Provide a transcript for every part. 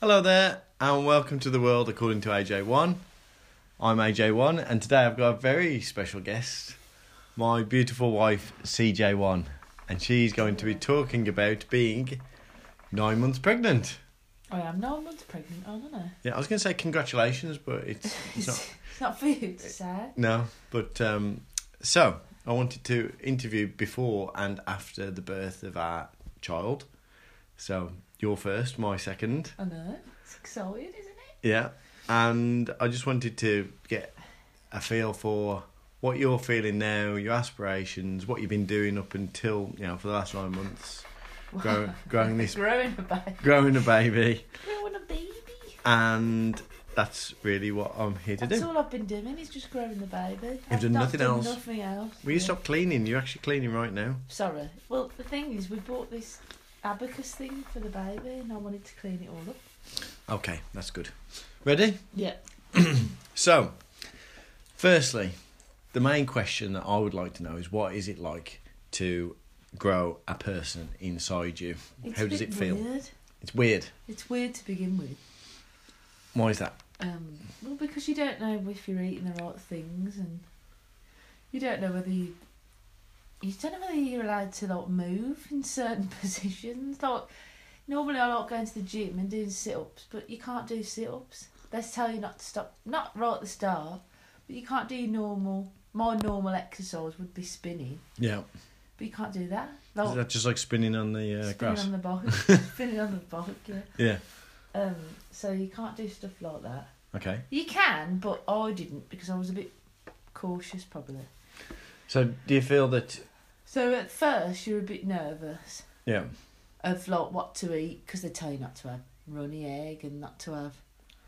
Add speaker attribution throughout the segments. Speaker 1: Hello there, and welcome to the world according to AJ1. I'm AJ1, and today I've got a very special guest, my beautiful wife CJ1, and she's going to be talking about being nine months pregnant.
Speaker 2: I am nine months pregnant, aren't I?
Speaker 1: Yeah, I was going to say congratulations, but it's, it's not.
Speaker 2: It's not for you to say.
Speaker 1: No, but um, so I wanted to interview before and after the birth of our child. So you're first, my second.
Speaker 2: I know. It's exciting, isn't it?
Speaker 1: Yeah, and I just wanted to get a feel for what you're feeling now, your aspirations, what you've been doing up until you know for the last nine months, growing, growing this,
Speaker 2: Growing a baby.
Speaker 1: growing a baby,
Speaker 2: Growing a baby.
Speaker 1: and that's really what I'm here to
Speaker 2: That's
Speaker 1: do.
Speaker 2: all I've been doing is just growing the baby. I've
Speaker 1: done
Speaker 2: not
Speaker 1: nothing else.
Speaker 2: Nothing else.
Speaker 1: Will you
Speaker 2: Yeah.
Speaker 1: stop cleaning? You're actually cleaning right now.
Speaker 2: Sorry. Well, the thing is, we bought this abacus thing for the baby, and I wanted to clean it all up.
Speaker 1: Okay, that's good. Ready?
Speaker 2: Yeah.
Speaker 1: So, firstly, the main question that I would like to know is what is it like to grow a person inside you?
Speaker 2: It's
Speaker 1: How
Speaker 2: a
Speaker 1: does
Speaker 2: bit
Speaker 1: it feel?
Speaker 2: Weird.
Speaker 1: It's weird.
Speaker 2: It's weird to begin with.
Speaker 1: Why is that?
Speaker 2: Um, well, because you don't know if you're eating the right things, and you don't know whether you you don't know whether you're allowed to like move in certain positions. Like normally, I like going to the gym and doing sit ups, but you can't do sit ups. They tell you not to stop, not right at the start, but you can't do normal. My normal exercise would be spinning,
Speaker 1: Yeah.
Speaker 2: but you can't do that.
Speaker 1: Is
Speaker 2: Like,
Speaker 1: that just like spinning on the uh,
Speaker 2: spinning
Speaker 1: grass?
Speaker 2: on the bike, spinning on the bike, yeah.
Speaker 1: Yeah.
Speaker 2: Um, so you can't do stuff like that.
Speaker 1: Okay.
Speaker 2: You can, but I didn't because I was a bit cautious, probably.
Speaker 1: So, do you feel that?
Speaker 2: So at first you're a bit nervous
Speaker 1: Yeah.
Speaker 2: of like what to eat because they tell you not to have runny egg and not to have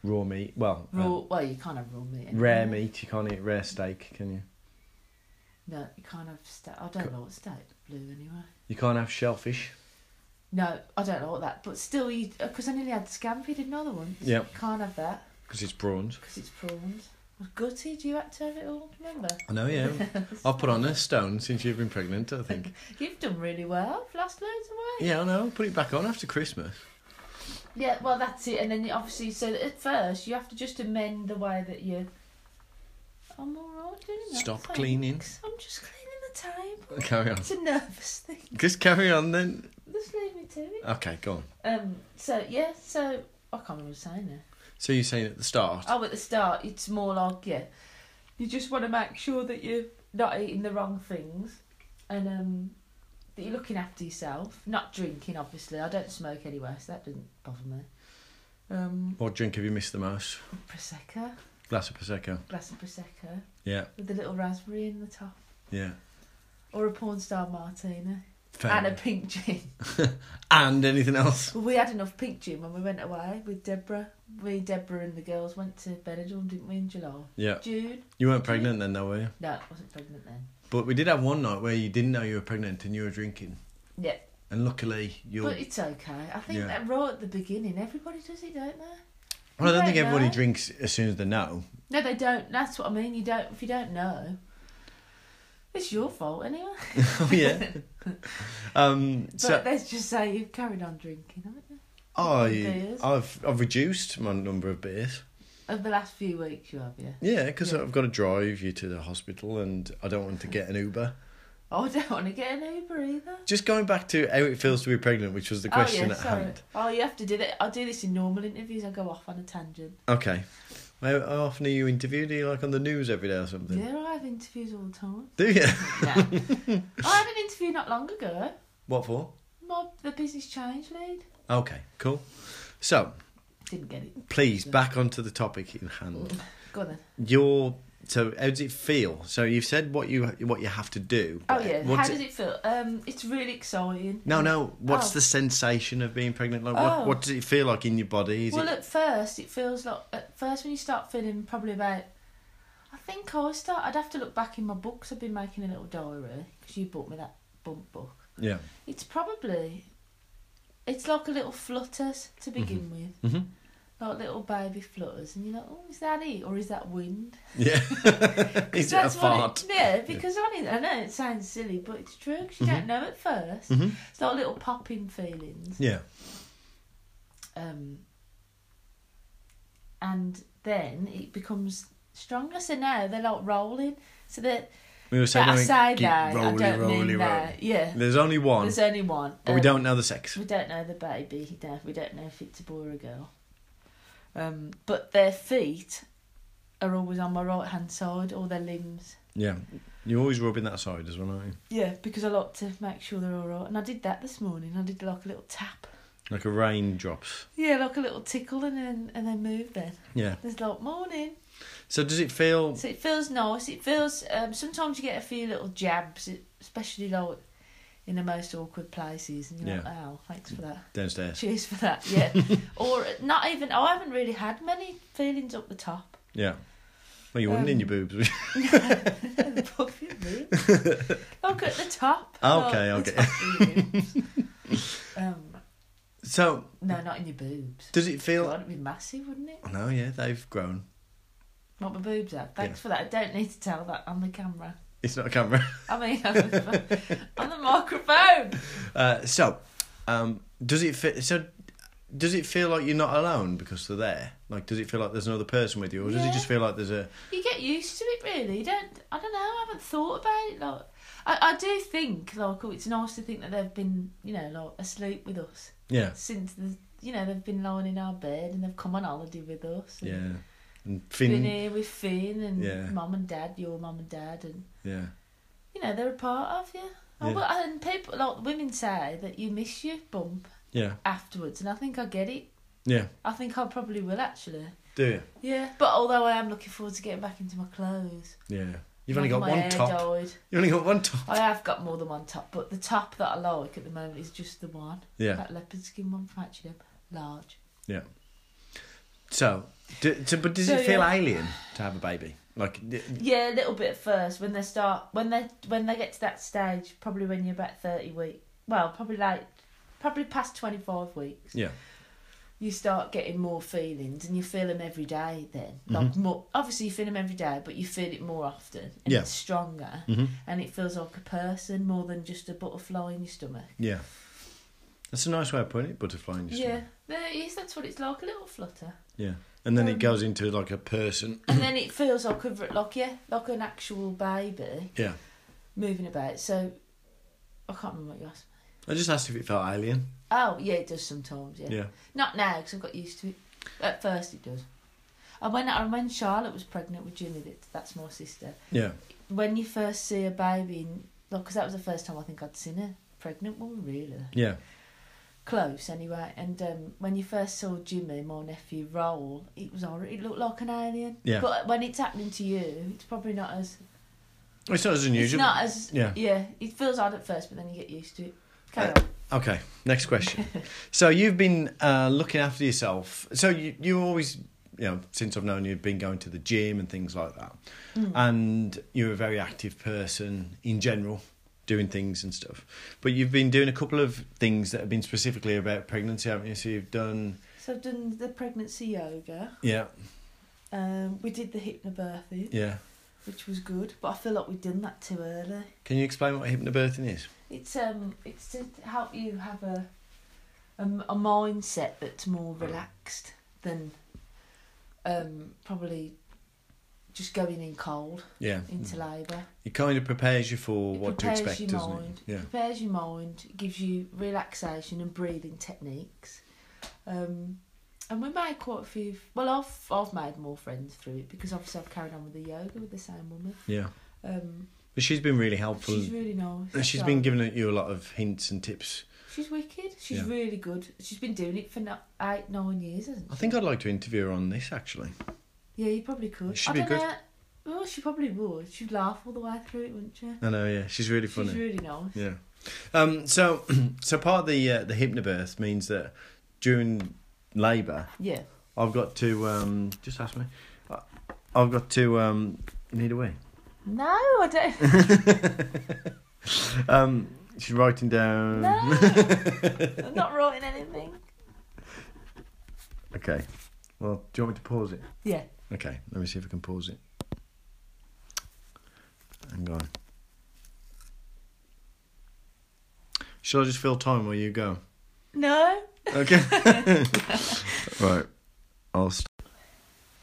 Speaker 1: Raw meat. Well, um,
Speaker 2: raw. well, you can't have raw meat. anyway.
Speaker 1: rare meat. You can't eat rare steak, can you?
Speaker 2: No, you can't have steak. I don't know what steak blue anyway.
Speaker 1: You can't have shellfish.
Speaker 2: No, I don't know what that. But still, you because I nearly had scampi, didn't I? The once.
Speaker 1: Yeah.
Speaker 2: You can't have that
Speaker 1: Because it's prawns.
Speaker 2: because it's prawns. I was gutted. You had to have it all. Remember?
Speaker 1: I know. Yeah. I've put on a stone since you've been pregnant. I think.
Speaker 2: You've done really well. I've lost loads of weight.
Speaker 1: Yeah, I know. Put it back on after Christmas.
Speaker 2: Yeah, well, that's it. And then you- obviously, so at first you have to just amend the way that you. I'm all right doing that.
Speaker 1: Stop
Speaker 2: thanks.
Speaker 1: cleaning.
Speaker 2: I'm just cleaning the table.
Speaker 1: Carry on.
Speaker 2: It's a nervous thing.
Speaker 1: Just carry on then.
Speaker 2: Just leave me to it.
Speaker 1: Okay, go on.
Speaker 2: Um. So yeah. So I can't remember what I was saying there.
Speaker 1: So you're saying at the start?
Speaker 2: Oh, at the start, it's more like yeah, you just want to make sure that you're not eating the wrong things, and um, that you're looking after yourself. Not drinking, obviously. I don't smoke anyway, so that doesn't bother me. Um,
Speaker 1: What drink have you missed the most?
Speaker 2: prosecco.
Speaker 1: Glass of prosecco.
Speaker 2: glass of prosecco
Speaker 1: Yeah,
Speaker 2: with a little raspberry in the top,
Speaker 1: yeah.
Speaker 2: or a porn star martini,
Speaker 1: Fair.
Speaker 2: and a
Speaker 1: enough.
Speaker 2: pink gin.
Speaker 1: and anything else?
Speaker 2: Well, we had enough pink gin when we went away with Deborah. We, Deborah, and the girls went to Benidorm, didn't we, in July?
Speaker 1: Yeah.
Speaker 2: June?
Speaker 1: You weren't pregnant then, though, were you?
Speaker 2: No, I wasn't pregnant then.
Speaker 1: But we did have one night where you didn't know you were pregnant and you were drinking.
Speaker 2: Yeah,
Speaker 1: And luckily, you're.
Speaker 2: but it's okay. I think
Speaker 1: Yeah.
Speaker 2: that right at the beginning, everybody does it, don't they?
Speaker 1: well, I
Speaker 2: you
Speaker 1: don't think
Speaker 2: don't
Speaker 1: everybody
Speaker 2: know.
Speaker 1: drinks as soon as they know.
Speaker 2: No, they don't. That's what I mean. You don't if you don't know. It's your fault anyway.
Speaker 1: oh yeah. um.
Speaker 2: But
Speaker 1: So
Speaker 2: let's just say you've carried on drinking, haven't you?
Speaker 1: I,
Speaker 2: Beers.
Speaker 1: I've I've reduced my number of beers.
Speaker 2: Over the last few weeks, you have, yeah.
Speaker 1: Yeah, because
Speaker 2: Yeah.
Speaker 1: I've got to drive you to the hospital, and I don't want to get an Uber.
Speaker 2: Oh, I don't want to get an Uber either.
Speaker 1: Just going back to how it feels to be pregnant, which was the question at hand.
Speaker 2: Oh, you have to do that. I do this in normal interviews. I go off on a tangent.
Speaker 1: Okay. How, how often are you interviewed? Are you like on the news every day or something?
Speaker 2: Yeah, I have interviews all the time.
Speaker 1: Do you?
Speaker 2: No. I had an interview not long ago.
Speaker 1: what for?
Speaker 2: My the business change lead
Speaker 1: Okay, cool. So,
Speaker 2: didn't get it.
Speaker 1: please back onto the topic in hand.
Speaker 2: Go on then.
Speaker 1: Your so how does it feel? So you've said what you what you have to do.
Speaker 2: Oh
Speaker 1: but
Speaker 2: yeah. How
Speaker 1: what's
Speaker 2: does it feel? Um, it's really exciting.
Speaker 1: No, no. What's
Speaker 2: Oh.
Speaker 1: the sensation of being pregnant like?
Speaker 2: Oh.
Speaker 1: What, what does it feel like in your body? Is
Speaker 2: well,
Speaker 1: it
Speaker 2: at first it feels like at first when you start feeling probably about. I think I start. I'd have to look back in my books. I've been making a little diary because you bought me that bump book.
Speaker 1: yeah?
Speaker 2: It's probably. It's like a little flutters to begin with.
Speaker 1: hmm
Speaker 2: like little baby flutters, and you're like, oh, is that it or is that wind?
Speaker 1: Yeah. is it a
Speaker 2: That's what
Speaker 1: fart?
Speaker 2: It, yeah, because I, mean, I know it sounds silly, but it's true 'cause you
Speaker 1: Mm-hmm.
Speaker 2: don't know at 1st
Speaker 1: Mhm.
Speaker 2: It's like little popping feelings.
Speaker 1: Yeah.
Speaker 2: Um, and then it becomes stronger. So now they're like rolling. So that,
Speaker 1: We were saying
Speaker 2: that I
Speaker 1: something,
Speaker 2: say
Speaker 1: keep
Speaker 2: that I
Speaker 1: rolly,
Speaker 2: don't
Speaker 1: rolly,
Speaker 2: mean
Speaker 1: rolly.
Speaker 2: that. Yeah,
Speaker 1: There's only one,
Speaker 2: there's only one.
Speaker 1: but we
Speaker 2: Um,
Speaker 1: don't know the sex.
Speaker 2: We don't know the baby. No, we don't know if it's a boy or a girl. Um, but their feet are always on my right hand side, all their limbs.
Speaker 1: Yeah, you're always rubbing that side as well, aren't you?
Speaker 2: Yeah, because I like to make sure they're all right, and I did that this morning. I did like a little tap.
Speaker 1: Like a raindrops.
Speaker 2: Yeah, like a little tickle, and then and then move. Then
Speaker 1: Yeah.
Speaker 2: there's like morning.
Speaker 1: So does it feel?
Speaker 2: So it feels nice. It feels um, sometimes you get a few little jabs, especially like in the most awkward places, and you're like, "Oh, thanks for that.
Speaker 1: Downstairs.
Speaker 2: Cheers for that." Yeah, or not even. oh, I haven't really had many feelings up the top.
Speaker 1: Yeah. Well, you wouldn't in
Speaker 2: Um,
Speaker 1: your boobs. would you?
Speaker 2: The top of your boobs. Look at the top.
Speaker 1: Okay,
Speaker 2: Look, the
Speaker 1: okay.
Speaker 2: top of your boobs. um,
Speaker 1: so
Speaker 2: no, not in your boobs.
Speaker 1: does it feel? Oh,
Speaker 2: God, it'd be massive, wouldn't it?
Speaker 1: No, yeah, they've grown.
Speaker 2: Not my boobs out. Thanks for that. I don't need to tell that on the camera.
Speaker 1: It's not a camera.
Speaker 2: I mean, on the, on the microphone.
Speaker 1: Uh, so, um, does it feel? So, does it feel like you're not alone because they're there? Like, does it feel like there's another person with you, or does it
Speaker 2: Yeah.
Speaker 1: just feel like there's a?
Speaker 2: You get used to it, really. You don't. I don't know. I haven't thought about it. Like, I, I do think, like, oh, it's nice to think that they've been, you know, like asleep with us
Speaker 1: Yeah,
Speaker 2: since the, you know, they've been lying in our bed and they've come on holiday with us. And
Speaker 1: yeah, and
Speaker 2: Been
Speaker 1: Finn.
Speaker 2: here with Finn and
Speaker 1: Yeah.
Speaker 2: mum and dad, your mum and dad, and
Speaker 1: Yeah,
Speaker 2: you know they're a part of you.
Speaker 1: Yeah.
Speaker 2: And what- And people, like women, say that you miss your bump
Speaker 1: yeah,
Speaker 2: afterwards, and I think I get it.
Speaker 1: yeah.
Speaker 2: I think I probably will actually.
Speaker 1: Do you?
Speaker 2: Yeah, but although I am looking forward to getting back into my clothes.
Speaker 1: Yeah. You've only
Speaker 2: Like
Speaker 1: got
Speaker 2: my
Speaker 1: one
Speaker 2: hair
Speaker 1: top.
Speaker 2: dyed.
Speaker 1: You've only got one top.
Speaker 2: I have got more than one top, but the top that I like at the moment is just the one.
Speaker 1: Yeah.
Speaker 2: That leopard skin one from H&M. Large.
Speaker 1: So, do, so but does
Speaker 2: So,
Speaker 1: it feel
Speaker 2: yeah.
Speaker 1: alien to have a baby? Like, d-
Speaker 2: Yeah, a little bit at first when they start when they when they get to that stage, probably when you're about thirty week. Well, probably like probably past twenty five weeks.
Speaker 1: yeah,
Speaker 2: you start getting more feelings and you feel them every day then like more obviously you feel them every day but you feel it more often and
Speaker 1: Yeah.
Speaker 2: it's stronger
Speaker 1: Mhm.
Speaker 2: and it feels like a person more than just a butterfly in your stomach
Speaker 1: yeah. That's a nice way of putting it. Butterfly in your
Speaker 2: yeah
Speaker 1: stomach.
Speaker 2: there it is that's what it's like a little flutter
Speaker 1: Yeah. And then it
Speaker 2: Um,
Speaker 1: goes into like a person.
Speaker 2: and then it feels like a like yeah like an actual baby
Speaker 1: Yeah.
Speaker 2: moving about so i can't remember what you asked
Speaker 1: I just asked if it felt alien.
Speaker 2: oh yeah it does sometimes yeah,
Speaker 1: Yeah.
Speaker 2: not now because i've got used to it at first it does and when, and when charlotte was pregnant with jimmy that, that's my sister
Speaker 1: Yeah.
Speaker 2: when you first see a baby, because that was the first time I think I'd seen a pregnant woman, really
Speaker 1: Yeah.
Speaker 2: close anyway. And um, when you first saw Jimmy, my nephew, roll, it was already it looked like an alien.
Speaker 1: Yeah.
Speaker 2: But when it's happening to you, it's probably not as
Speaker 1: It's not as
Speaker 2: it's
Speaker 1: unusual.
Speaker 2: not as
Speaker 1: Yeah.
Speaker 2: yeah. It feels odd at first, but then you get used to it. Carry
Speaker 1: Uh,
Speaker 2: on.
Speaker 1: Okay. Next question. so you've been uh, looking after yourself. So you you always you know since I've known you, have been going to the gym and things like that. uh,
Speaker 2: Mm.
Speaker 1: And you're a very active person in general, doing things and stuff. But you've been doing a couple of things that have been specifically about pregnancy, haven't you? So you've done
Speaker 2: So I've done the pregnancy yoga.
Speaker 1: yeah
Speaker 2: Um, we did the hypnobirthing,
Speaker 1: yeah.
Speaker 2: which was good, but I feel like we've done that too early.
Speaker 1: Can you explain what hypnobirthing is?
Speaker 2: It's um, it's to help you have a, a, a mindset that's more relaxed than, um, probably, just going in cold
Speaker 1: Yeah.
Speaker 2: into labour.
Speaker 1: It kind of prepares you for
Speaker 2: It
Speaker 1: what to
Speaker 2: prepares
Speaker 1: expect,
Speaker 2: your
Speaker 1: doesn't
Speaker 2: mind.
Speaker 1: it? Yeah.
Speaker 2: Prepares your mind, it gives you relaxation and breathing techniques, um, and we made quite a few. Well, I've I've made more friends through it because obviously I've carried on with the yoga with the same woman.
Speaker 1: Yeah.
Speaker 2: Um,
Speaker 1: But she's been really helpful.
Speaker 2: she's really nice.
Speaker 1: And she's
Speaker 2: So-
Speaker 1: been giving you a lot of hints and tips.
Speaker 2: She's wicked. She's
Speaker 1: Yeah.
Speaker 2: really good. She's been doing it for no, eight, nine years, hasn't she?
Speaker 1: I think I'd like to interview her on this actually.
Speaker 2: Yeah, you probably could.
Speaker 1: She'd
Speaker 2: I
Speaker 1: be
Speaker 2: don't
Speaker 1: good.
Speaker 2: know. Well, she probably would. She'd laugh all the way through it, wouldn't she?
Speaker 1: I know, yeah, she's really funny.
Speaker 2: She's really nice.
Speaker 1: yeah. Um. So, so part of the uh, the hypnobirth means that during labour,
Speaker 2: Yeah.
Speaker 1: I've got to um just ask me, I- I've got to um need a wee.
Speaker 2: No, I don't.
Speaker 1: Um, she's writing down.
Speaker 2: No. I'm not writing anything.
Speaker 1: Okay. Well, do you want me to pause it?
Speaker 2: Yeah.
Speaker 1: Okay, let me see if I can pause it. Hang on. Shall I just fill time while you go?
Speaker 2: No.
Speaker 1: Okay. right. I'll. St-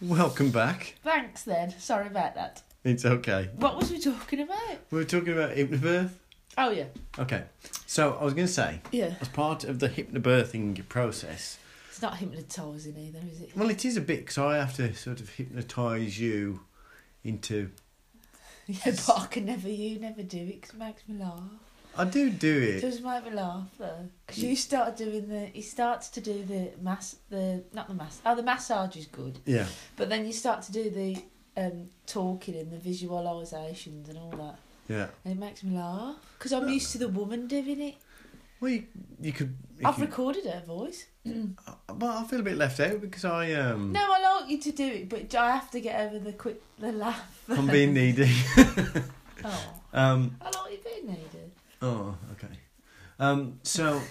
Speaker 1: Welcome back.
Speaker 2: Thanks then. Sorry about that.
Speaker 1: It's okay.
Speaker 2: What was we talking about?
Speaker 1: We were talking about hypnobirth.
Speaker 2: Oh yeah.
Speaker 1: Okay. So I was going to say,
Speaker 2: Yeah.
Speaker 1: as part of the hypnobirthing process,
Speaker 2: It's not hypnotising either, is it?
Speaker 1: well, it is a bit because I have to sort of hypnotise you into.
Speaker 2: Yeah, but I can never, you never do it 'cause it makes me laugh.
Speaker 1: I do do
Speaker 2: It
Speaker 1: it.
Speaker 2: does make me laugh though, because you start doing the, he starts to do the mass, the not the mass, oh the massage is good,
Speaker 1: Yeah.
Speaker 2: but then you start to do the um talking and the visualisations and all that,
Speaker 1: Yeah.
Speaker 2: and it makes me laugh because I'm used to the woman doing it.
Speaker 1: Well, you, you could. You
Speaker 2: I've
Speaker 1: could
Speaker 2: recorded her voice.
Speaker 1: well, Uh, I feel a bit left out because I um.
Speaker 2: No, I like you to do it, but I have to get over the quick the laugh.
Speaker 1: I'm being needy.
Speaker 2: Oh,
Speaker 1: Um.
Speaker 2: I like you being needed.
Speaker 1: Oh, okay. Um, so,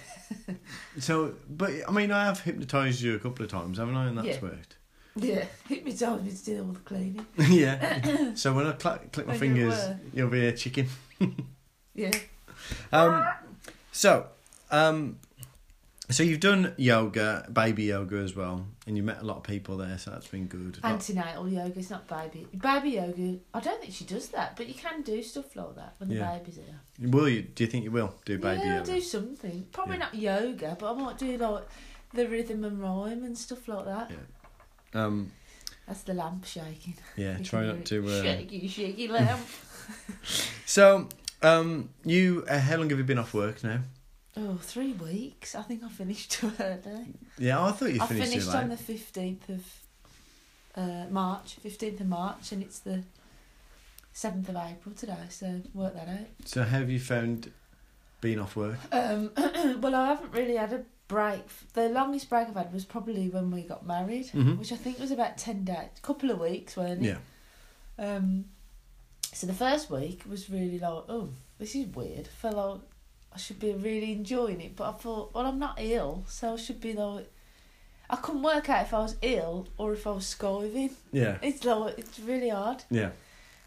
Speaker 1: so, but I mean, I have hypnotized you a couple of times, haven't I? And that's
Speaker 2: Yeah.
Speaker 1: worked.
Speaker 2: Yeah, hypnotise me to do all the cleaning.
Speaker 1: yeah. So when I cla click my
Speaker 2: When uh, you
Speaker 1: fingers,
Speaker 2: were.
Speaker 1: you'll be a chicken.
Speaker 2: Yeah.
Speaker 1: Um, so, um, so you've done yoga, baby yoga as well, and you met a lot of people there, so that's been good. Lot-
Speaker 2: Antenatal yoga, it's not baby. Baby yoga, I don't think she does that, but you can do stuff like that when
Speaker 1: Yeah.
Speaker 2: the baby's here.
Speaker 1: will you? Do you think you will do baby
Speaker 2: yeah, I'll
Speaker 1: yoga?
Speaker 2: do something. Probably
Speaker 1: Yeah.
Speaker 2: not yoga, but I might do like the rhythm and rhyme and stuff like that.
Speaker 1: Yeah. Um,
Speaker 2: That's the lamp shaking.
Speaker 1: yeah.
Speaker 2: You
Speaker 1: Try
Speaker 2: can
Speaker 1: not
Speaker 2: hear
Speaker 1: to.
Speaker 2: it.
Speaker 1: Uh,
Speaker 2: Shaky, shaky lamp.
Speaker 1: So, um, you. Uh, how long have you been off work now?
Speaker 2: oh, three weeks. I think I finished too early.
Speaker 1: Yeah, I thought you
Speaker 2: I
Speaker 1: finished,
Speaker 2: finished
Speaker 1: it late.
Speaker 2: on the 15th of uh, March, 15th of March, and it's the 7th of April today, so work that out.
Speaker 1: So how have you found being off work?
Speaker 2: Um, well, I haven't really had a break. The longest break I've had was probably when we got married,
Speaker 1: Mhm.
Speaker 2: which I think was about 10 days, couple of weeks, weren't it?
Speaker 1: Yeah.
Speaker 2: Um, so the first week was really like, oh, this is weird. I felt like I should be really enjoying it, but I thought, well, I'm not ill, so I should be like, I couldn't work out if I was ill or if I was skiving.
Speaker 1: Yeah.
Speaker 2: It's like, it's really hard.
Speaker 1: Yeah.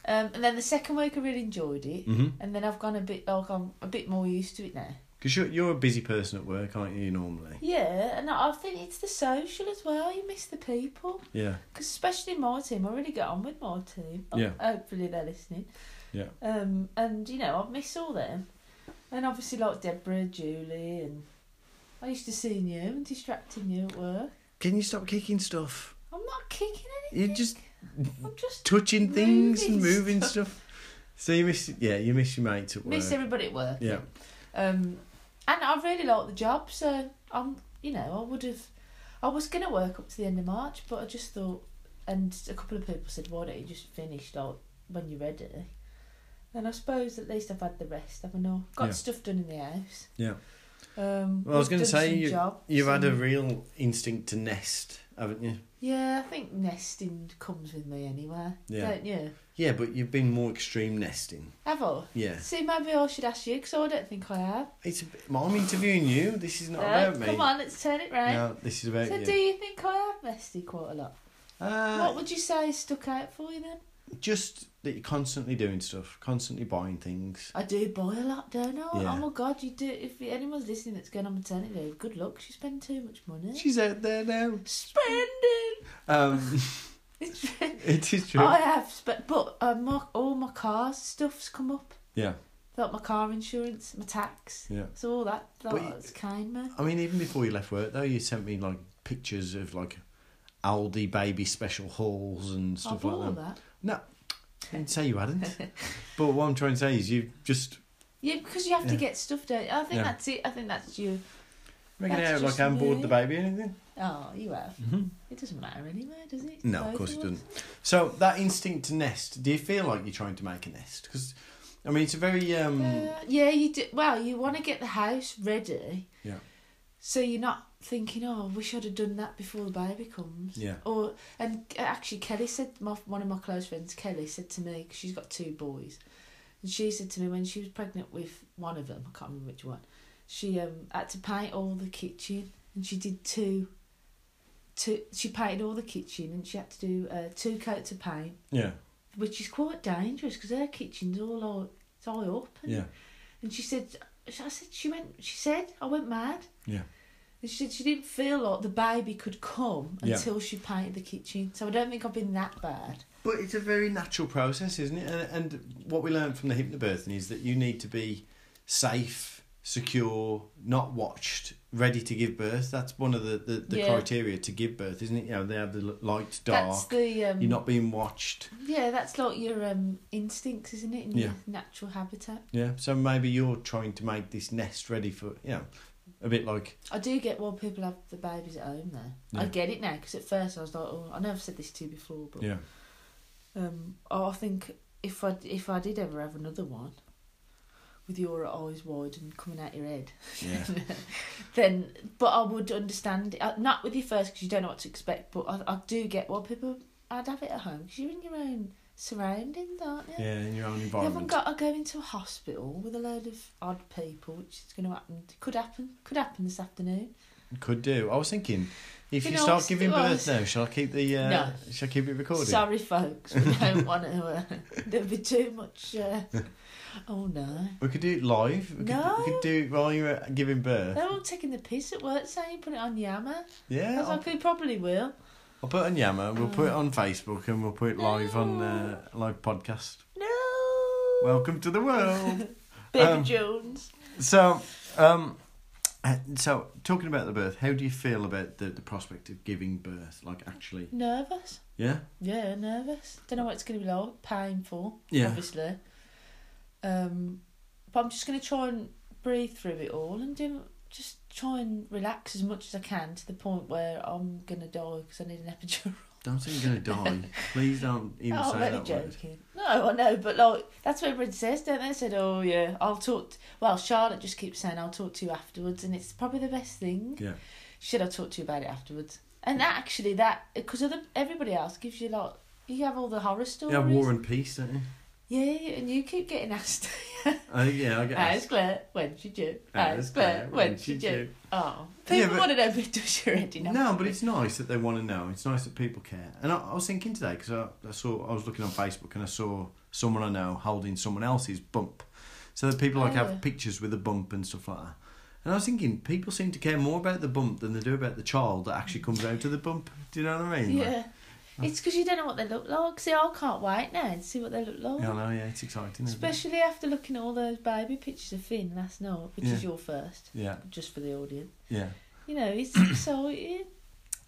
Speaker 2: Um, and then the second week I really enjoyed it.
Speaker 1: Mhm.
Speaker 2: And then I've gone a bit like I'm a bit more used to it now.
Speaker 1: Because you're you're a busy person at work, aren't you? Normally.
Speaker 2: Yeah, and I I think it's the social as well. You miss the people.
Speaker 1: Yeah.
Speaker 2: Because especially my team, I really get on with my team. Oh,
Speaker 1: Yeah.
Speaker 2: Hopefully they're listening.
Speaker 1: Yeah.
Speaker 2: Um, and, you know, I miss all them. And obviously, like Deborah, Julie, and I used to seeing you and distracting you at work.
Speaker 1: Can you stop kicking stuff?
Speaker 2: I'm not kicking anything.
Speaker 1: You're just
Speaker 2: I'm just
Speaker 1: touching things and
Speaker 2: Moving
Speaker 1: moving stuff. So you miss yeah you miss your mates at work.
Speaker 2: miss everybody at work.
Speaker 1: Yeah.
Speaker 2: Um, and I really like the job, so I'm, you know, I would have, I was gonna work up to the end of March, but I just thought, and a couple of people said, why don't you just finish like when you're ready? And I suppose at least I've had the rest. I've not got
Speaker 1: Yeah.
Speaker 2: stuff done in the house.
Speaker 1: Yeah.
Speaker 2: Um,
Speaker 1: Well, I was
Speaker 2: we've
Speaker 1: gonna
Speaker 2: done
Speaker 1: say
Speaker 2: some
Speaker 1: you-
Speaker 2: jobs
Speaker 1: You've had a
Speaker 2: and-
Speaker 1: real instinct to nest, haven't you?
Speaker 2: yeah. I think nesting comes with me anyway.
Speaker 1: Yeah.
Speaker 2: Don't you?
Speaker 1: Yeah, but you've been more extreme nesting.
Speaker 2: Have I?
Speaker 1: Yeah.
Speaker 2: See, maybe I should ask you because I don't think I have.
Speaker 1: It's. A bit, well, I'm interviewing you. This is not
Speaker 2: No,
Speaker 1: about me.
Speaker 2: Come on, let's turn it round.
Speaker 1: No, this is about
Speaker 2: So,
Speaker 1: you.
Speaker 2: do you think I have messed quite a lot?
Speaker 1: Uh,
Speaker 2: What would you say stuck out for you then?
Speaker 1: just that you're constantly doing stuff, constantly buying things.
Speaker 2: I do buy a lot, don't I?
Speaker 1: Yeah.
Speaker 2: Oh my god, you do. If anyone's listening that's going on maternity leave, good luck. She spend too much money.
Speaker 1: She's out there now.
Speaker 2: Spending.
Speaker 1: Um,
Speaker 2: It's,
Speaker 1: it is true.
Speaker 2: I have spent, but uh, my, all my car stuff's come up.
Speaker 1: yeah,
Speaker 2: Like my car insurance, my tax.
Speaker 1: yeah.
Speaker 2: So all that,
Speaker 1: But you-
Speaker 2: that's kind man.
Speaker 1: I mean, even before you left work, though, you sent me like pictures of like Aldi baby special hauls and
Speaker 2: I
Speaker 1: stuff
Speaker 2: bought all
Speaker 1: like that.
Speaker 2: that.
Speaker 1: No, I didn't say you hadn't. but what I'm trying to say is you just
Speaker 2: Yeah, because you have to
Speaker 1: Yeah.
Speaker 2: get stuff done. I think
Speaker 1: Yeah.
Speaker 2: that's it. I think that's you.
Speaker 1: making it
Speaker 2: That's
Speaker 1: out like
Speaker 2: just
Speaker 1: I'm bored
Speaker 2: me.
Speaker 1: the baby or anything.
Speaker 2: Oh, you have.
Speaker 1: Mm-hmm.
Speaker 2: It doesn't matter anyway, does it?
Speaker 1: No,
Speaker 2: Both
Speaker 1: of course it
Speaker 2: us.
Speaker 1: doesn't. So that instinct to nest. Do you feel like you're trying to make a nest? Because I mean, it's a very um,
Speaker 2: Uh, yeah, you do. Well, you want to get the house ready.
Speaker 1: Yeah.
Speaker 2: So you're not thinking, oh, I wish I'd have done that before the baby comes.
Speaker 1: yeah,
Speaker 2: Or and actually, Kelly said my one of my close friends, Kelly said to me, 'cause she's got two boys, and she said to me when she was pregnant with one of them, I can't remember which one, she um had to paint all the kitchen, and she did two. Two, she painted all the kitchen, and she had to do uh, two coats of paint,
Speaker 1: yeah,
Speaker 2: which is quite dangerous because her kitchen's all all it's all up. And
Speaker 1: yeah,
Speaker 2: and she said, I said, she went, she said, I went mad.
Speaker 1: Yeah.
Speaker 2: She, she didn't feel like the baby could come
Speaker 1: Yeah.
Speaker 2: until she painted the kitchen. So I don't think I've been that bad.
Speaker 1: But it's a very natural process, isn't it? And, and what we learned from the hypnobirthing is that you need to be safe, secure, not watched, ready to give birth. That's one of the, the, the
Speaker 2: Yeah.
Speaker 1: criteria to give birth, isn't it? You know, they have the l- lights
Speaker 2: That's
Speaker 1: dark,
Speaker 2: the um,
Speaker 1: you're not being watched.
Speaker 2: yeah, that's like your um, instincts, isn't it? And
Speaker 1: Yeah.
Speaker 2: Your natural habitat.
Speaker 1: Yeah. So maybe you're trying to make this nest ready for, you know, a bit like,
Speaker 2: I do get why people have the babies at home though. I
Speaker 1: Yeah.
Speaker 2: get it now because at first I was like, oh, I know I've said this to you before, but
Speaker 1: yeah.
Speaker 2: um, I think if I if I did ever have another one, with your eyes wide and coming out your head,
Speaker 1: Yeah.
Speaker 2: then but I would understand it. Uh, Not with you first because you don't know what to expect, but I, I do get why people I'd have it at home because you're in your own surroundings, aren't you?
Speaker 1: Yeah, in your own
Speaker 2: You haven't
Speaker 1: environment.
Speaker 2: got to go into a hospital with a load of odd people, which is going to happen. Could happen. Could happen this afternoon.
Speaker 1: Could do. I was thinking, if
Speaker 2: You
Speaker 1: you,
Speaker 2: know,
Speaker 1: start
Speaker 2: it's-
Speaker 1: giving
Speaker 2: well,
Speaker 1: birth now, shall I keep the, uh,
Speaker 2: No.
Speaker 1: shall I keep it recorded?
Speaker 2: Sorry, folks, we don't want to. Uh, there'd be too much. Uh, oh no.
Speaker 1: We could do it live. We
Speaker 2: No.
Speaker 1: Could, we could do it while you're at- giving birth.
Speaker 2: They're all taking the piss at work, saying put it on Yammer.
Speaker 1: Yeah.
Speaker 2: As I
Speaker 1: I'll,
Speaker 2: could probably will.
Speaker 1: I'll put it on Yammer. We'll put it on Facebook and we'll put it live on
Speaker 2: No.
Speaker 1: uh, live podcast.
Speaker 2: No.
Speaker 1: Welcome to the world.
Speaker 2: Baby
Speaker 1: um,
Speaker 2: Jones.
Speaker 1: so, um, uh, so talking about the birth, how do you feel about the, the prospect of giving birth? Like actually,
Speaker 2: Nervous.
Speaker 1: yeah,
Speaker 2: Yeah, nervous. Don't know what it's going to be like. Painful.
Speaker 1: yeah,
Speaker 2: Obviously. Um, but I'm just going to try and breathe through it all and do just try and relax as much as I can to the point where I'm going to die because I need an epidural.
Speaker 1: don't say you're gonna die. Please don't even
Speaker 2: oh,
Speaker 1: say
Speaker 2: I'm only
Speaker 1: that word.
Speaker 2: joking. No, I know, but like that's what everyone says, don't they? Said, oh yeah, I'll talk. T-. Well, Charlotte just keeps saying I'll talk to you afterwards, and it's probably the best thing.
Speaker 1: Yeah.
Speaker 2: Should I talk to you about it afterwards? And that actually, that because other everybody else gives you like you have all the horror
Speaker 1: You
Speaker 2: stories.
Speaker 1: have War and Peace, don't you?
Speaker 2: Yeah, and you keep getting asked.
Speaker 1: Oh yeah, I get
Speaker 2: How's
Speaker 1: asked.
Speaker 2: Claire? When's she due?
Speaker 1: How's
Speaker 2: How's Claire? When's she
Speaker 1: do?
Speaker 2: due? Oh,
Speaker 1: Yeah,
Speaker 2: people
Speaker 1: but-
Speaker 2: want to know if it does you already know.
Speaker 1: No, but it's nice that they want to know. It's nice that people care. And I, I was thinking today because I, I saw I was looking on Facebook and I saw someone I know holding someone else's bump, so that people like
Speaker 2: Oh.
Speaker 1: have pictures with a bump and stuff like that. And I was thinking, people seem to care more about the bump than they do about the child that actually comes out of the bump. Do you know what I mean? Like,
Speaker 2: Yeah. It's because you don't know what they look like. See, I can't wait now and see what they look like.
Speaker 1: yeah, I know. Yeah, it's exciting. Isn't it?
Speaker 2: Especially after looking at all those baby pictures of Finn last night, which is
Speaker 1: Yeah.
Speaker 2: your first,
Speaker 1: Yeah,
Speaker 2: just for the audience.
Speaker 1: yeah.
Speaker 2: You know, it's exciting.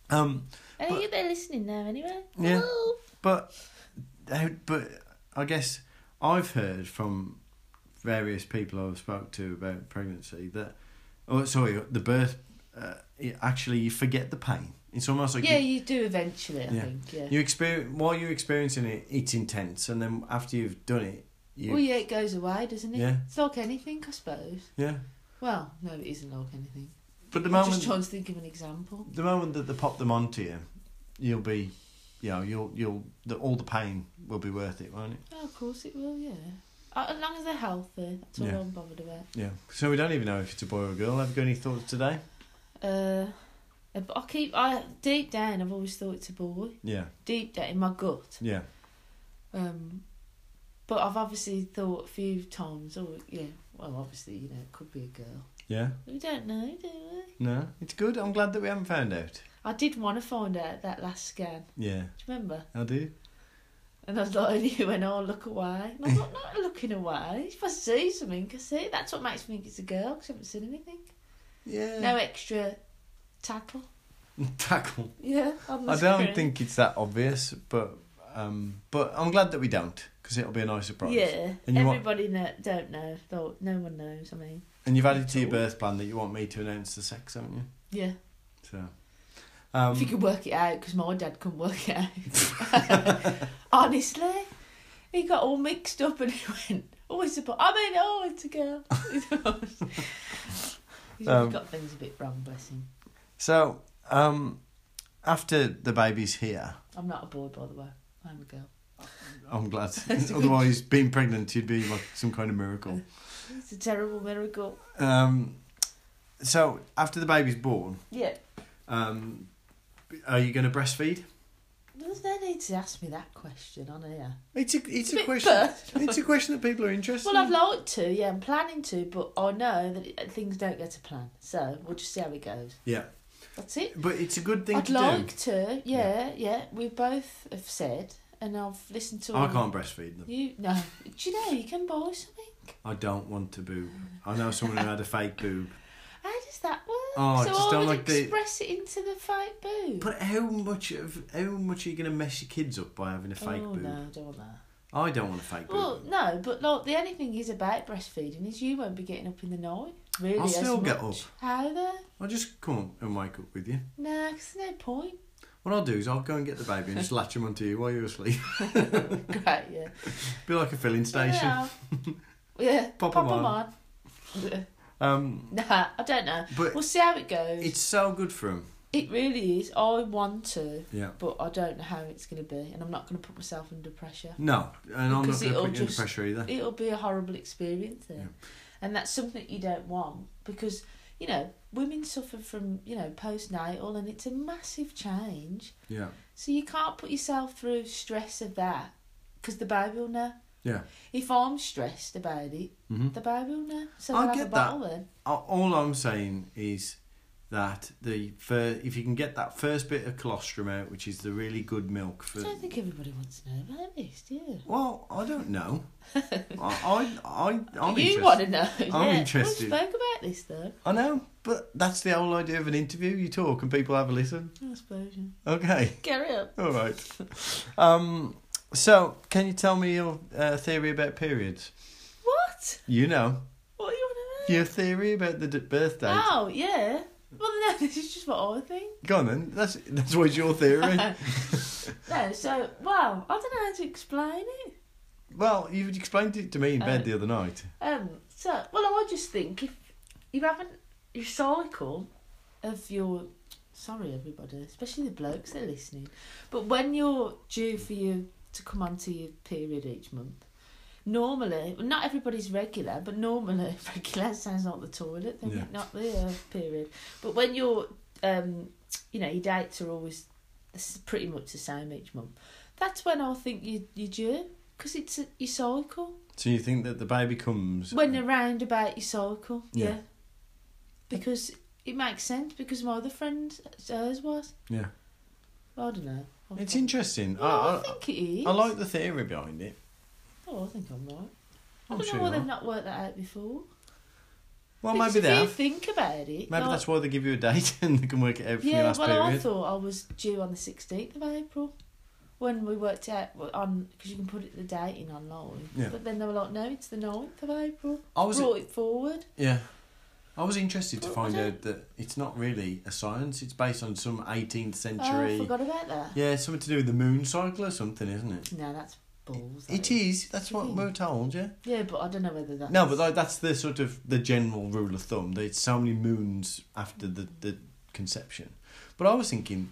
Speaker 1: Um,
Speaker 2: And
Speaker 1: But-
Speaker 2: you they're listening now anyway.
Speaker 1: Yeah.
Speaker 2: Hello.
Speaker 1: but, uh, but I guess I've heard from various people I've spoke to about pregnancy that, oh sorry, the birth. Uh, it, actually, you forget the pain. It's almost like
Speaker 2: yeah,
Speaker 1: you,
Speaker 2: you do eventually, I
Speaker 1: Yeah.
Speaker 2: think. Yeah.
Speaker 1: you experience while you're experiencing it. It's intense, and then after you've done it, you
Speaker 2: Well, Oh, yeah, it goes away, doesn't it?
Speaker 1: Yeah.
Speaker 2: It's like anything, I suppose.
Speaker 1: yeah.
Speaker 2: Well, no, it isn't like anything.
Speaker 1: But the
Speaker 2: I'm just
Speaker 1: moment
Speaker 2: trying to think of an example.
Speaker 1: the moment that they pop them onto you, you'll be, you know, you'll you'll the, all the pain will be worth it, won't it?
Speaker 2: Oh, of course it will, yeah. Uh, As long as they're healthy, that's all
Speaker 1: Yeah.
Speaker 2: I'm bothered about.
Speaker 1: Yeah. So we don't even know if it's a boy or a girl. Have you got any thoughts today?
Speaker 2: Uh, but I keep, I deep down, I've always thought it's a boy.
Speaker 1: Yeah.
Speaker 2: Deep down in my gut,
Speaker 1: Yeah.
Speaker 2: Um, but I've obviously thought a few times, oh, yeah, well, obviously, you know, it could be a girl.
Speaker 1: Yeah.
Speaker 2: We don't know, do we?
Speaker 1: No, it's good. I'm glad that we haven't found out.
Speaker 2: I did want to find out that last scan.
Speaker 1: Yeah,
Speaker 2: Do you remember?
Speaker 1: I do.
Speaker 2: And I was like, and you went, oh, look away. And I'm not, not looking away. If I see something, I see it. That's what makes me think it's a girl, because I haven't seen anything. No
Speaker 1: Yeah.
Speaker 2: extra tackle.
Speaker 1: Tackle.
Speaker 2: Yeah, on the
Speaker 1: I don't
Speaker 2: screen.
Speaker 1: think it's that obvious, but um, but I'm glad that we don't because it'll be a nice surprise.
Speaker 2: Yeah,
Speaker 1: And you want-
Speaker 2: everybody kno- don't know. though no one knows, I mean.
Speaker 1: And you've added to your birth plan that you want me to announce the sex, haven't you?
Speaker 2: Yeah,
Speaker 1: So.
Speaker 2: if
Speaker 1: Um,
Speaker 2: you could work it out, because my dad couldn't work it out. Honestly, he got all mixed up and he went, "Oh, it's a boy." I mean, oh, it's a girl. He's
Speaker 1: Um,
Speaker 2: got things a bit wrong, bless him.
Speaker 1: so um, after the baby's here,
Speaker 2: I'm not a boy, by the way. I'm a girl.
Speaker 1: I'm glad. Otherwise, being pregnant, you'd be like some kind of miracle.
Speaker 2: It's a terrible miracle.
Speaker 1: Um, so after the baby's born,
Speaker 2: Yeah.
Speaker 1: um, are you going to breastfeed?
Speaker 2: Uh, There's no need to ask me that question on here.
Speaker 1: It's a it's,
Speaker 2: It's a
Speaker 1: a
Speaker 2: bit
Speaker 1: question.
Speaker 2: personal.
Speaker 1: It's a question that people are interested.
Speaker 2: Well, I've
Speaker 1: in.
Speaker 2: liked to, yeah, I'm planning to, but I know that it, things don't go to plan, so we'll just see how it goes.
Speaker 1: yeah,
Speaker 2: That's it.
Speaker 1: but it's a good thing
Speaker 2: I'd
Speaker 1: to
Speaker 2: like
Speaker 1: do.
Speaker 2: to, yeah, yeah, We both have said, and I've listened to.
Speaker 1: I
Speaker 2: all-
Speaker 1: can't breastfeed them.
Speaker 2: You no, do you know you can buy something?
Speaker 1: I don't want to boob. I know someone who had a fake boob.
Speaker 2: How does that work?
Speaker 1: Oh, I
Speaker 2: so
Speaker 1: just
Speaker 2: I
Speaker 1: don't
Speaker 2: would
Speaker 1: like the-
Speaker 2: express it into the fake boob.
Speaker 1: But how much of how much are you going to mess your kids up by having a fake
Speaker 2: oh
Speaker 1: boob?
Speaker 2: no, I don't want that.
Speaker 1: I don't want a fake boob.
Speaker 2: Well, no, but like the only thing is about breastfeeding is you won't be getting up in the night. Really,
Speaker 1: I'll
Speaker 2: as
Speaker 1: still
Speaker 2: much.
Speaker 1: get up.
Speaker 2: How though?
Speaker 1: I'll just come up and wake up with you.
Speaker 2: No, 'cause there's no point.
Speaker 1: What I'll do is I'll go and get the baby and just latch him onto you while you're asleep.
Speaker 2: Great, yeah.
Speaker 1: Be like a filling station.
Speaker 2: Yeah. yeah.
Speaker 1: Pop 'em
Speaker 2: them
Speaker 1: on.
Speaker 2: on.
Speaker 1: Um,
Speaker 2: nah, I don't know.
Speaker 1: but
Speaker 2: We'll see how it goes.
Speaker 1: it's so good for him.
Speaker 2: It really is. I want to,
Speaker 1: Yeah.
Speaker 2: but I don't know how it's going to be, and I'm not going to put myself under pressure.
Speaker 1: No, and I'm not going
Speaker 2: Because
Speaker 1: to
Speaker 2: it'll
Speaker 1: put you under
Speaker 2: just-
Speaker 1: pressure either.
Speaker 2: It'll be a horrible experience then.
Speaker 1: Yeah.
Speaker 2: And that's something you don't want because, you know, women suffer from, you know, postnatal and it's a massive change.
Speaker 1: Yeah.
Speaker 2: So you can't put yourself through stress of that because the baby will know.
Speaker 1: Yeah.
Speaker 2: If I'm stressed about it,
Speaker 1: hmm
Speaker 2: the baby will know. So
Speaker 1: I
Speaker 2: they'll have
Speaker 1: get
Speaker 2: a
Speaker 1: that.
Speaker 2: bottle then.
Speaker 1: All I'm saying is that the fir- if you can get that first bit of colostrum out, which is the really good milk for.
Speaker 2: I don't think everybody wants to know about this, do you?
Speaker 1: Well, I don't know. I, I, I, I'm
Speaker 2: you
Speaker 1: interested.
Speaker 2: want to know. yeah.
Speaker 1: interested.
Speaker 2: We spoke about this though.
Speaker 1: I know, but that's the whole idea of an interview. You talk and people have a listen.
Speaker 2: I suppose. yeah.
Speaker 1: Okay,
Speaker 2: Carry on.
Speaker 1: all right. Um, so, can you tell me your uh, theory about periods?
Speaker 2: What?
Speaker 1: You know
Speaker 2: What do you want to know?
Speaker 1: your theory about the d- birth date.
Speaker 2: Oh, yeah. Well, no, this is just what I think.
Speaker 1: Go on then. That's that's what's your theory.
Speaker 2: No, so, wow, I don't know how to explain it.
Speaker 1: well, you explained it to me in bed
Speaker 2: Uh,
Speaker 1: the other night.
Speaker 2: Um, so, well, I just think if you haven't, your cycle of your, sorry everybody, especially the blokes that are listening, but when you're due for you to come onto your period each month, normally, well, not everybody's regular, but normally, regular sounds like the toilet, they're
Speaker 1: Yeah.
Speaker 2: not the uh, period. But when you're, um, you know, your dates are always s- pretty much the same each month, that's when I think you, you're due, because it's a, your cycle.
Speaker 1: So you think that the baby comes
Speaker 2: When around about your cycle,
Speaker 1: Yeah.
Speaker 2: yeah. Because it makes sense because my other friend hers was.
Speaker 1: Yeah,
Speaker 2: I don't know. I
Speaker 1: it's
Speaker 2: think-
Speaker 1: interesting.
Speaker 2: Well, I,
Speaker 1: Ah, I,
Speaker 2: think it is.
Speaker 1: I, I like the theory behind it.
Speaker 2: Oh, I think I'm right. I
Speaker 1: I'm
Speaker 2: don't
Speaker 1: sure
Speaker 2: know why
Speaker 1: you
Speaker 2: they've
Speaker 1: are.
Speaker 2: not worked that out before.
Speaker 1: Well,
Speaker 2: Because
Speaker 1: maybe they
Speaker 2: if you
Speaker 1: have.
Speaker 2: think about it.
Speaker 1: Maybe that's why they give you a date and they can work it out from your
Speaker 2: Yeah,
Speaker 1: last
Speaker 2: well, I
Speaker 1: period.
Speaker 2: thought I was due on the sixteenth of April when we worked out well, on because you can put it the date in online.
Speaker 1: Yeah.
Speaker 2: But then they were like, no, it's the 9th of April.
Speaker 1: I was
Speaker 2: Brought it forward.
Speaker 1: yeah. I was interested to
Speaker 2: Well, I
Speaker 1: find
Speaker 2: don't-
Speaker 1: out that it's not really a science. It's based on some 18th
Speaker 2: Oh, I
Speaker 1: century.
Speaker 2: forgot about that.
Speaker 1: yeah, something to do with the moon cycle or something, isn't it?
Speaker 2: No, that's balls. that
Speaker 1: It is. That's what
Speaker 2: Mm.
Speaker 1: we're told. Yeah.
Speaker 2: Yeah, but I don't know whether that's
Speaker 1: No, but like, that's the sort of the general rule of thumb. That it's so many moons after the, the conception. But I was thinking,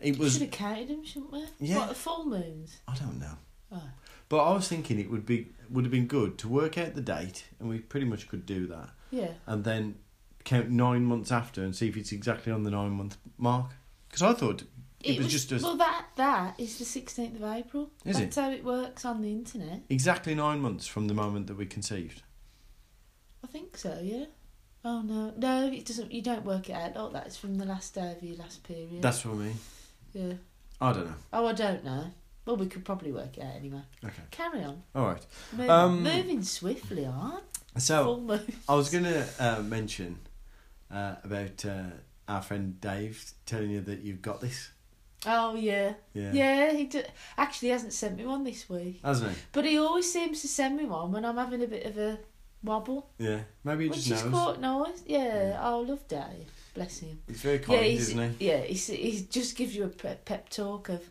Speaker 1: it
Speaker 2: we
Speaker 1: was
Speaker 2: should have counted them, shouldn't we?
Speaker 1: Yeah.
Speaker 2: What the full moons?
Speaker 1: I don't know.
Speaker 2: Oh.
Speaker 1: But I was thinking it would be would have been good to work out the date, and we pretty much could do that,
Speaker 2: Yeah.
Speaker 1: and then count nine months after and see if it's exactly on the nine month mark. Because I thought it, was, just a,
Speaker 2: well that that is the sixteenth of April.
Speaker 1: Is it?
Speaker 2: That's how it works on the internet.
Speaker 1: exactly nine months from the moment that we conceived.
Speaker 2: I think so. Yeah. Oh no, no, it doesn't. You don't work it out like that. It's from the last day of your last period.
Speaker 1: That's what I mean.
Speaker 2: yeah.
Speaker 1: I don't know.
Speaker 2: Oh, I don't know. Well, we could probably work it out anyway.
Speaker 1: Okay.
Speaker 2: Carry on.
Speaker 1: All right.
Speaker 2: Move,
Speaker 1: Um, oh.
Speaker 2: moving swiftly, aren't?
Speaker 1: So.
Speaker 2: Full moon.
Speaker 1: I was going to uh, mention uh, about uh, our friend Dave telling you that you've got this.
Speaker 2: Oh yeah.
Speaker 1: Yeah.
Speaker 2: Yeah. he do- actually hasn't sent me one this week.
Speaker 1: Hasn't he?
Speaker 2: But he always seems to send me one when I'm having a bit of a wobble,
Speaker 1: Yeah. Maybe he
Speaker 2: which
Speaker 1: just
Speaker 2: is
Speaker 1: knows.
Speaker 2: quite nice. Yeah,
Speaker 1: Yeah.
Speaker 2: I love Dave. Bless him.
Speaker 1: He's very kind,
Speaker 2: yeah, he's,
Speaker 1: isn't he?
Speaker 2: yeah, he's, he just gives you a pe- pep talk of,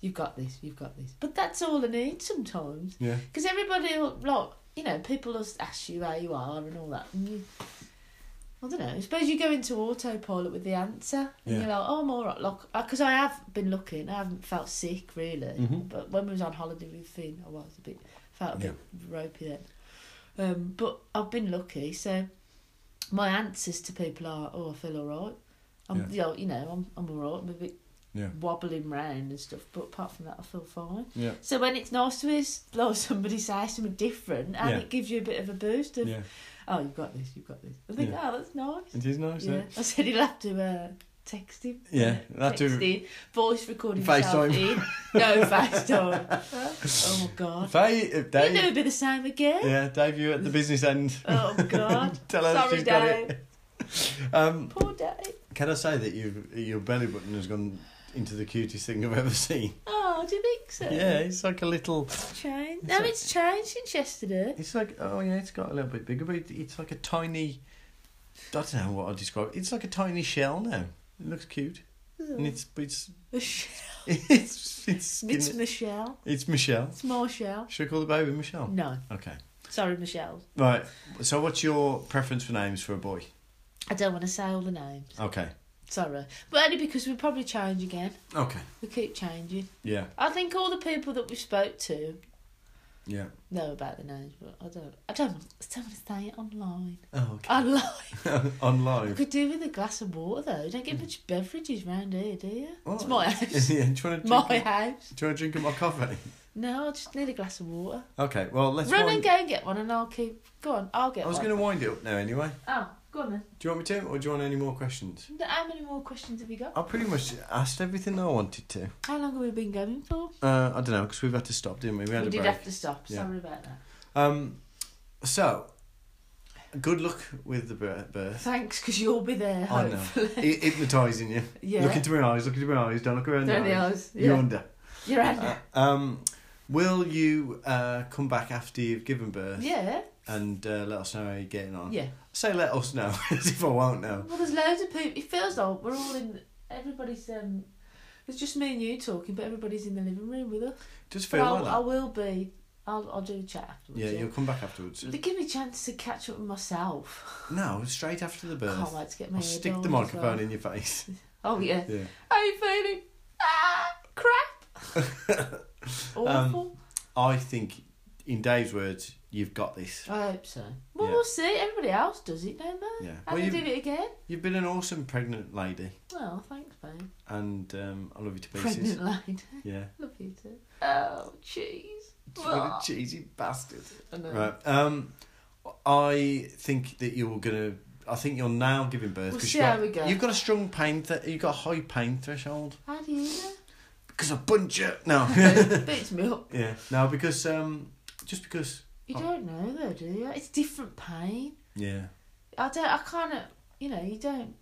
Speaker 2: you've got this, you've got this. But that's all I need sometimes.
Speaker 1: Yeah.
Speaker 2: Because everybody, will, like, you know, people will ask you how you are and all that. And you, I don't know. I suppose you go into autopilot with the answer, and
Speaker 1: Yeah.
Speaker 2: you're like, "Oh, I'm all right." Look, because I have been looking. I haven't felt sick really,
Speaker 1: Mhm.
Speaker 2: but when we was on holiday with Finn, I was a bit felt a bit ropey then. Um, but I've been lucky, so my answers to people are, "Oh, I feel all right." I'm, you know, you know, I'm I'm all right. I'm a bit
Speaker 1: Yeah.
Speaker 2: wobbling round and stuff. But apart from that, I feel fine.
Speaker 1: Yeah.
Speaker 2: So when it's nice to hear s- like somebody say something different, and
Speaker 1: Yeah.
Speaker 2: it gives you a bit of a boost of,
Speaker 1: Yeah.
Speaker 2: oh, you've got this, you've got this. I think, oh, that's nice.
Speaker 1: It is nice, eh?
Speaker 2: Yeah.
Speaker 1: yeah.
Speaker 2: I said he'll have to uh, text him.
Speaker 1: Yeah, he'll have to-
Speaker 2: Text him, voice recording.
Speaker 1: FaceTime.
Speaker 2: no FaceTime. oh my god.
Speaker 1: If I- if
Speaker 2: You'll
Speaker 1: Dave,
Speaker 2: never be the same again.
Speaker 1: yeah, Dave, you at the business end.
Speaker 2: Oh god.
Speaker 1: Tell her
Speaker 2: Sorry,
Speaker 1: she's got
Speaker 2: Dave.
Speaker 1: it. Um,
Speaker 2: Poor Dave.
Speaker 1: can I say that you, your belly button has gone into the cutest thing I've ever seen?
Speaker 2: Oh, do you think so?
Speaker 1: Yeah, it's like a little.
Speaker 2: Changed.
Speaker 1: It's
Speaker 2: No,
Speaker 1: like-
Speaker 2: it's changed since yesterday.
Speaker 1: It's like oh yeah, it's got a little bit bigger, but it, it's like a tiny. I don't know what I describe. it. It's like a tiny shell now. It looks cute, and it's but it's
Speaker 2: It's
Speaker 1: it's it's skinny. it's,
Speaker 2: Michelle.
Speaker 1: Michelle.
Speaker 2: It's more Michelle.
Speaker 1: Should I call the baby Michelle?
Speaker 2: No,
Speaker 1: Okay,
Speaker 2: sorry, Michelle.
Speaker 1: right. So what's your preference for names for a boy?
Speaker 2: I don't want to say all the names.
Speaker 1: Okay,
Speaker 2: Sorry. But only because we probably change again.
Speaker 1: okay,
Speaker 2: We keep changing.
Speaker 1: yeah,
Speaker 2: I think all the people that we spoke to
Speaker 1: yeah.
Speaker 2: know about the names, but I don't. I don't. want- I don't want to say it online.
Speaker 1: Oh, okay.
Speaker 2: Online.
Speaker 1: On
Speaker 2: I
Speaker 1: live.
Speaker 2: could do with a glass of water though. You don't get much beverages round here, do you? It's
Speaker 1: Oh,
Speaker 2: my house.
Speaker 1: yeah, do you want to drink?
Speaker 2: my
Speaker 1: a-
Speaker 2: house.
Speaker 1: Do you want to drink my coffee?
Speaker 2: No, I just need a glass of water.
Speaker 1: Okay, well let's.
Speaker 2: Run and
Speaker 1: wind-
Speaker 2: go and get one, and I'll keep. Go on, I'll get
Speaker 1: I was
Speaker 2: one.
Speaker 1: going to wind it up now anyway.
Speaker 2: Oh, go on then.
Speaker 1: Do you want me to, or do you want any more questions?
Speaker 2: No, How many more questions have you got?
Speaker 1: I pretty much asked everything I wanted to.
Speaker 2: How long have we been going for?
Speaker 1: Uh, I don't know because we've had to stop, didn't we? We
Speaker 2: We
Speaker 1: had
Speaker 2: did
Speaker 1: a break.
Speaker 2: have to stop.
Speaker 1: Yeah.
Speaker 2: Sorry about that.
Speaker 1: Um, so good luck with the bir- birth.
Speaker 2: Thanks, because you'll be there.
Speaker 1: I know.
Speaker 2: Hopefully.
Speaker 1: Hy- Hypnotising you.
Speaker 2: Yeah.
Speaker 1: Look into my eyes. Look into my eyes. Don't look around.
Speaker 2: Don't
Speaker 1: the
Speaker 2: the
Speaker 1: eyes.
Speaker 2: eyes, yeah.
Speaker 1: You're under.
Speaker 2: You're right.
Speaker 1: Uh, um, will you uh, come back after you've given birth
Speaker 2: yeah.
Speaker 1: and uh, let us know how you're getting on?
Speaker 2: Yeah.
Speaker 1: Say let us know as if I won't know.
Speaker 2: Well, there's loads of people. It feels like we're all in. Everybody's um. It's just me and you talking, but everybody's in the living room with us.
Speaker 1: Just
Speaker 2: But
Speaker 1: feel
Speaker 2: I'll,
Speaker 1: like that.
Speaker 2: I will be. I'll I'll do a chat afterwards.
Speaker 1: yeah, you'll come back afterwards.
Speaker 2: They give me a chance to catch up with myself.
Speaker 1: No, straight after the birth.
Speaker 2: Can't wait to get my
Speaker 1: I'll
Speaker 2: hair
Speaker 1: stick
Speaker 2: done
Speaker 1: the
Speaker 2: as
Speaker 1: microphone
Speaker 2: well.
Speaker 1: in your face.
Speaker 2: Oh yeah.
Speaker 1: Yeah.
Speaker 2: How you feeling? Ah, crap.
Speaker 1: Um,
Speaker 2: Awful.
Speaker 1: I think, in Dave's words, you've got this.
Speaker 2: I hope so. Well,
Speaker 1: Yeah.
Speaker 2: we'll see. Everybody else does it, don't they?
Speaker 1: Yeah.
Speaker 2: And
Speaker 1: Well,
Speaker 2: they
Speaker 1: you've,
Speaker 2: do it again.
Speaker 1: you've been an awesome pregnant lady,
Speaker 2: Well, thanks, babe.
Speaker 1: and um, I love you to pieces.
Speaker 2: Pregnant lady.
Speaker 1: Yeah.
Speaker 2: Love you too. Oh, cheese.
Speaker 1: What a cheesy bastard.
Speaker 2: I know.
Speaker 1: Right. Um, I think that you're gonna. I think you're now giving birth.
Speaker 2: We'll
Speaker 1: 'cause
Speaker 2: see
Speaker 1: you've got,
Speaker 2: how we go.
Speaker 1: You've got a strong pain. Th- you've got a high pain threshold
Speaker 2: How do you know?
Speaker 1: because I punch you. No.
Speaker 2: beats me up.
Speaker 1: yeah. No, because um, just because.
Speaker 2: You
Speaker 1: Oh.
Speaker 2: don't know though, do you? It's different pain.
Speaker 1: Yeah.
Speaker 2: I don't. I kind of. You know. You don't.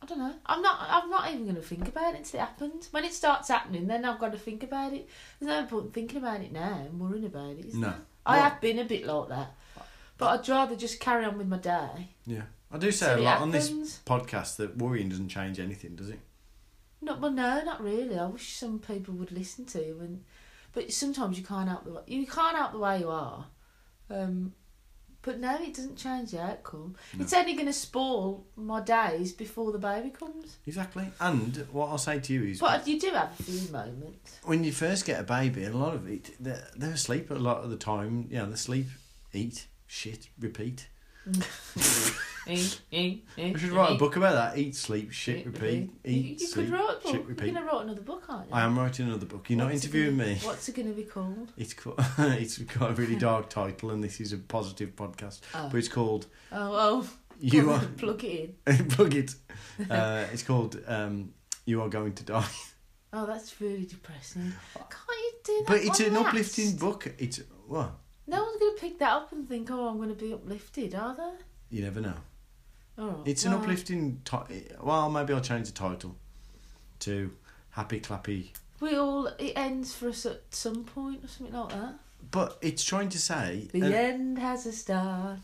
Speaker 2: I don't know. I'm not. I'm not even going to think about it until it happens. When it starts happening, then I've got to think about it. There's no point thinking about it now and worrying about it. Is
Speaker 1: No.
Speaker 2: there? I
Speaker 1: Well-
Speaker 2: have been a bit like that, but I'd rather just carry on with my day.
Speaker 1: Yeah. I do say
Speaker 2: So
Speaker 1: a
Speaker 2: it
Speaker 1: lot on this
Speaker 2: happens.
Speaker 1: podcast that worrying doesn't change anything, does it?
Speaker 2: Not well, no, not really. I wish some people would listen to you, and but sometimes you can't out the way, you can't out the way you are. Um, but no, it doesn't change the outcome. It's only going to spoil my days before the baby comes.
Speaker 1: Exactly. And what I'll say to you is,
Speaker 2: But you do have a few moments.
Speaker 1: when you first get a baby, a lot of it they're, they're asleep a lot of the time. You know, they sleep, eat, shit, repeat. I should write a book about that. Eat, sleep, shit, repeat.
Speaker 2: You, you
Speaker 1: Eat,
Speaker 2: could
Speaker 1: sleep,
Speaker 2: write a book.
Speaker 1: shit,
Speaker 2: You're going
Speaker 1: repeat.
Speaker 2: to write another book, aren't you?
Speaker 1: I am writing another book. You're not
Speaker 2: What's it
Speaker 1: interviewing
Speaker 2: gonna-
Speaker 1: me.
Speaker 2: What's it going to be called?
Speaker 1: It's called, it's got a really dark title, and this is a positive podcast.
Speaker 2: Oh,
Speaker 1: But it's called
Speaker 2: oh, oh.
Speaker 1: You Are
Speaker 2: plug it in.
Speaker 1: Plug It. Uh, it's called um, You Are Going to Die.
Speaker 2: Oh, that's really depressing. Can't you do that?
Speaker 1: But it's
Speaker 2: one
Speaker 1: an
Speaker 2: last?
Speaker 1: uplifting book. It's well,
Speaker 2: No one's going to pick that up and think, oh, I'm going to be uplifted, are they?
Speaker 1: you never know.
Speaker 2: Oh,
Speaker 1: It's an uplifting. Ti- well, maybe I'll change the title to Happy Clappy.
Speaker 2: We all, it ends for us at some point or something like that.
Speaker 1: But it's trying to say.
Speaker 2: The
Speaker 1: and-
Speaker 2: end has a start.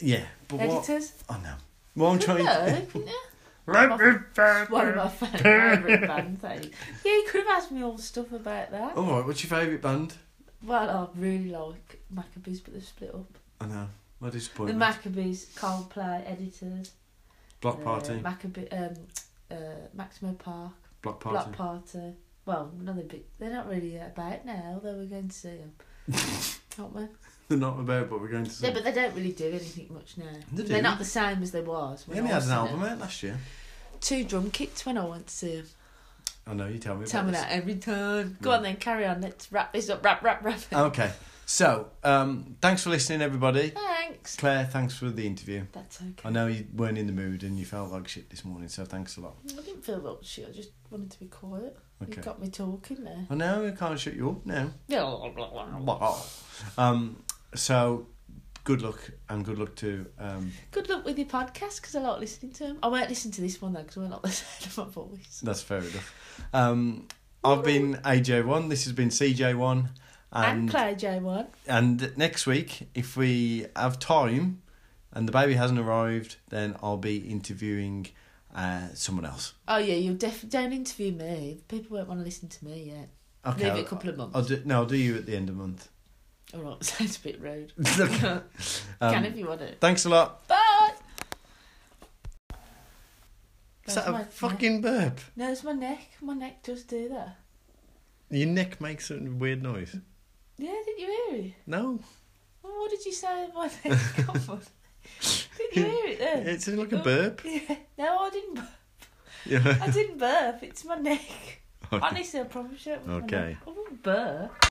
Speaker 1: Yeah, but what?
Speaker 2: Editors?
Speaker 1: I know. Well, I'm
Speaker 2: Could
Speaker 1: trying.
Speaker 2: know, couldn't you? One of my favourite bands. that is. Yeah, you could have asked me all the stuff about that.
Speaker 1: All right. What's your favourite band?
Speaker 2: Well, I really like Maccabees, but they've split up.
Speaker 1: I know. My
Speaker 2: the
Speaker 1: disappointment.
Speaker 2: Maccabees, Coldplay, Editors.
Speaker 1: block
Speaker 2: uh,
Speaker 1: party.
Speaker 2: Maccabee, um, uh, Maximo Park.
Speaker 1: block party.
Speaker 2: Black Party. Well, another big. They're not really about now, although we're going to see them, aren't we?
Speaker 1: They're not about what we're going to see.
Speaker 2: Yeah, but they don't really do anything much now.
Speaker 1: They do.
Speaker 2: are not the same as they was.
Speaker 1: we
Speaker 2: When
Speaker 1: only
Speaker 2: I
Speaker 1: had
Speaker 2: was
Speaker 1: an
Speaker 2: in
Speaker 1: album
Speaker 2: it.
Speaker 1: out last year.
Speaker 2: Two drum kits when I went to see 'em.
Speaker 1: I know you tell me.
Speaker 2: Tell
Speaker 1: about
Speaker 2: me
Speaker 1: this.
Speaker 2: that every time. Go on then, carry on. Let's wrap this up. Wrap, wrap, wrap.
Speaker 1: Okay. So, um, thanks for listening, everybody.
Speaker 2: Thanks.
Speaker 1: Claire, thanks for the interview.
Speaker 2: That's
Speaker 1: I
Speaker 2: okay.
Speaker 1: know you weren't in the mood and you felt like shit this morning, so thanks a lot.
Speaker 2: I didn't feel that shit. I just wanted to be quiet.
Speaker 1: Okay.
Speaker 2: You got me talking there.
Speaker 1: I know I can't shut you up now.
Speaker 2: Blah, blah, blah, blah.
Speaker 1: Um, so, good luck and good luck to. Um,
Speaker 2: Good luck with your podcast because I like listening to them. I won't listen to this one though because I won't like the sound of my voice.
Speaker 1: that's fair enough. Um, I've been AJ1. This has been CJ1.
Speaker 2: And,
Speaker 1: And
Speaker 2: Claire J1.
Speaker 1: and next week, if we have time, and the baby hasn't arrived, then I'll be interviewing uh, someone else.
Speaker 2: Oh yeah, you'll def- don't interview me. People won't want to listen to me yet.
Speaker 1: Okay.
Speaker 2: Maybe
Speaker 1: I'll-
Speaker 2: a couple of months.
Speaker 1: I'll do, no, I'll do you at the end of the month.
Speaker 2: All right, sounds a bit rude.
Speaker 1: Um,
Speaker 2: Can if you want it.
Speaker 1: Thanks a lot.
Speaker 2: Bye.
Speaker 1: Is
Speaker 2: That's
Speaker 1: that
Speaker 2: my
Speaker 1: a
Speaker 2: neck.
Speaker 1: fucking burp?
Speaker 2: No, it's my neck. My neck does do that.
Speaker 1: Your neck makes a weird noise.
Speaker 2: Yeah, didn't you hear it?
Speaker 1: No,
Speaker 2: Well, what did you say? My neck. Come on. didn't you hear it then?
Speaker 1: it sounds like a burp.
Speaker 2: Yeah. No, I didn't. bur-
Speaker 1: Yeah.
Speaker 2: I didn't burp. It's my neck. Honestly, I promise you. it was my
Speaker 1: Okay.
Speaker 2: neck. I wouldn't burp.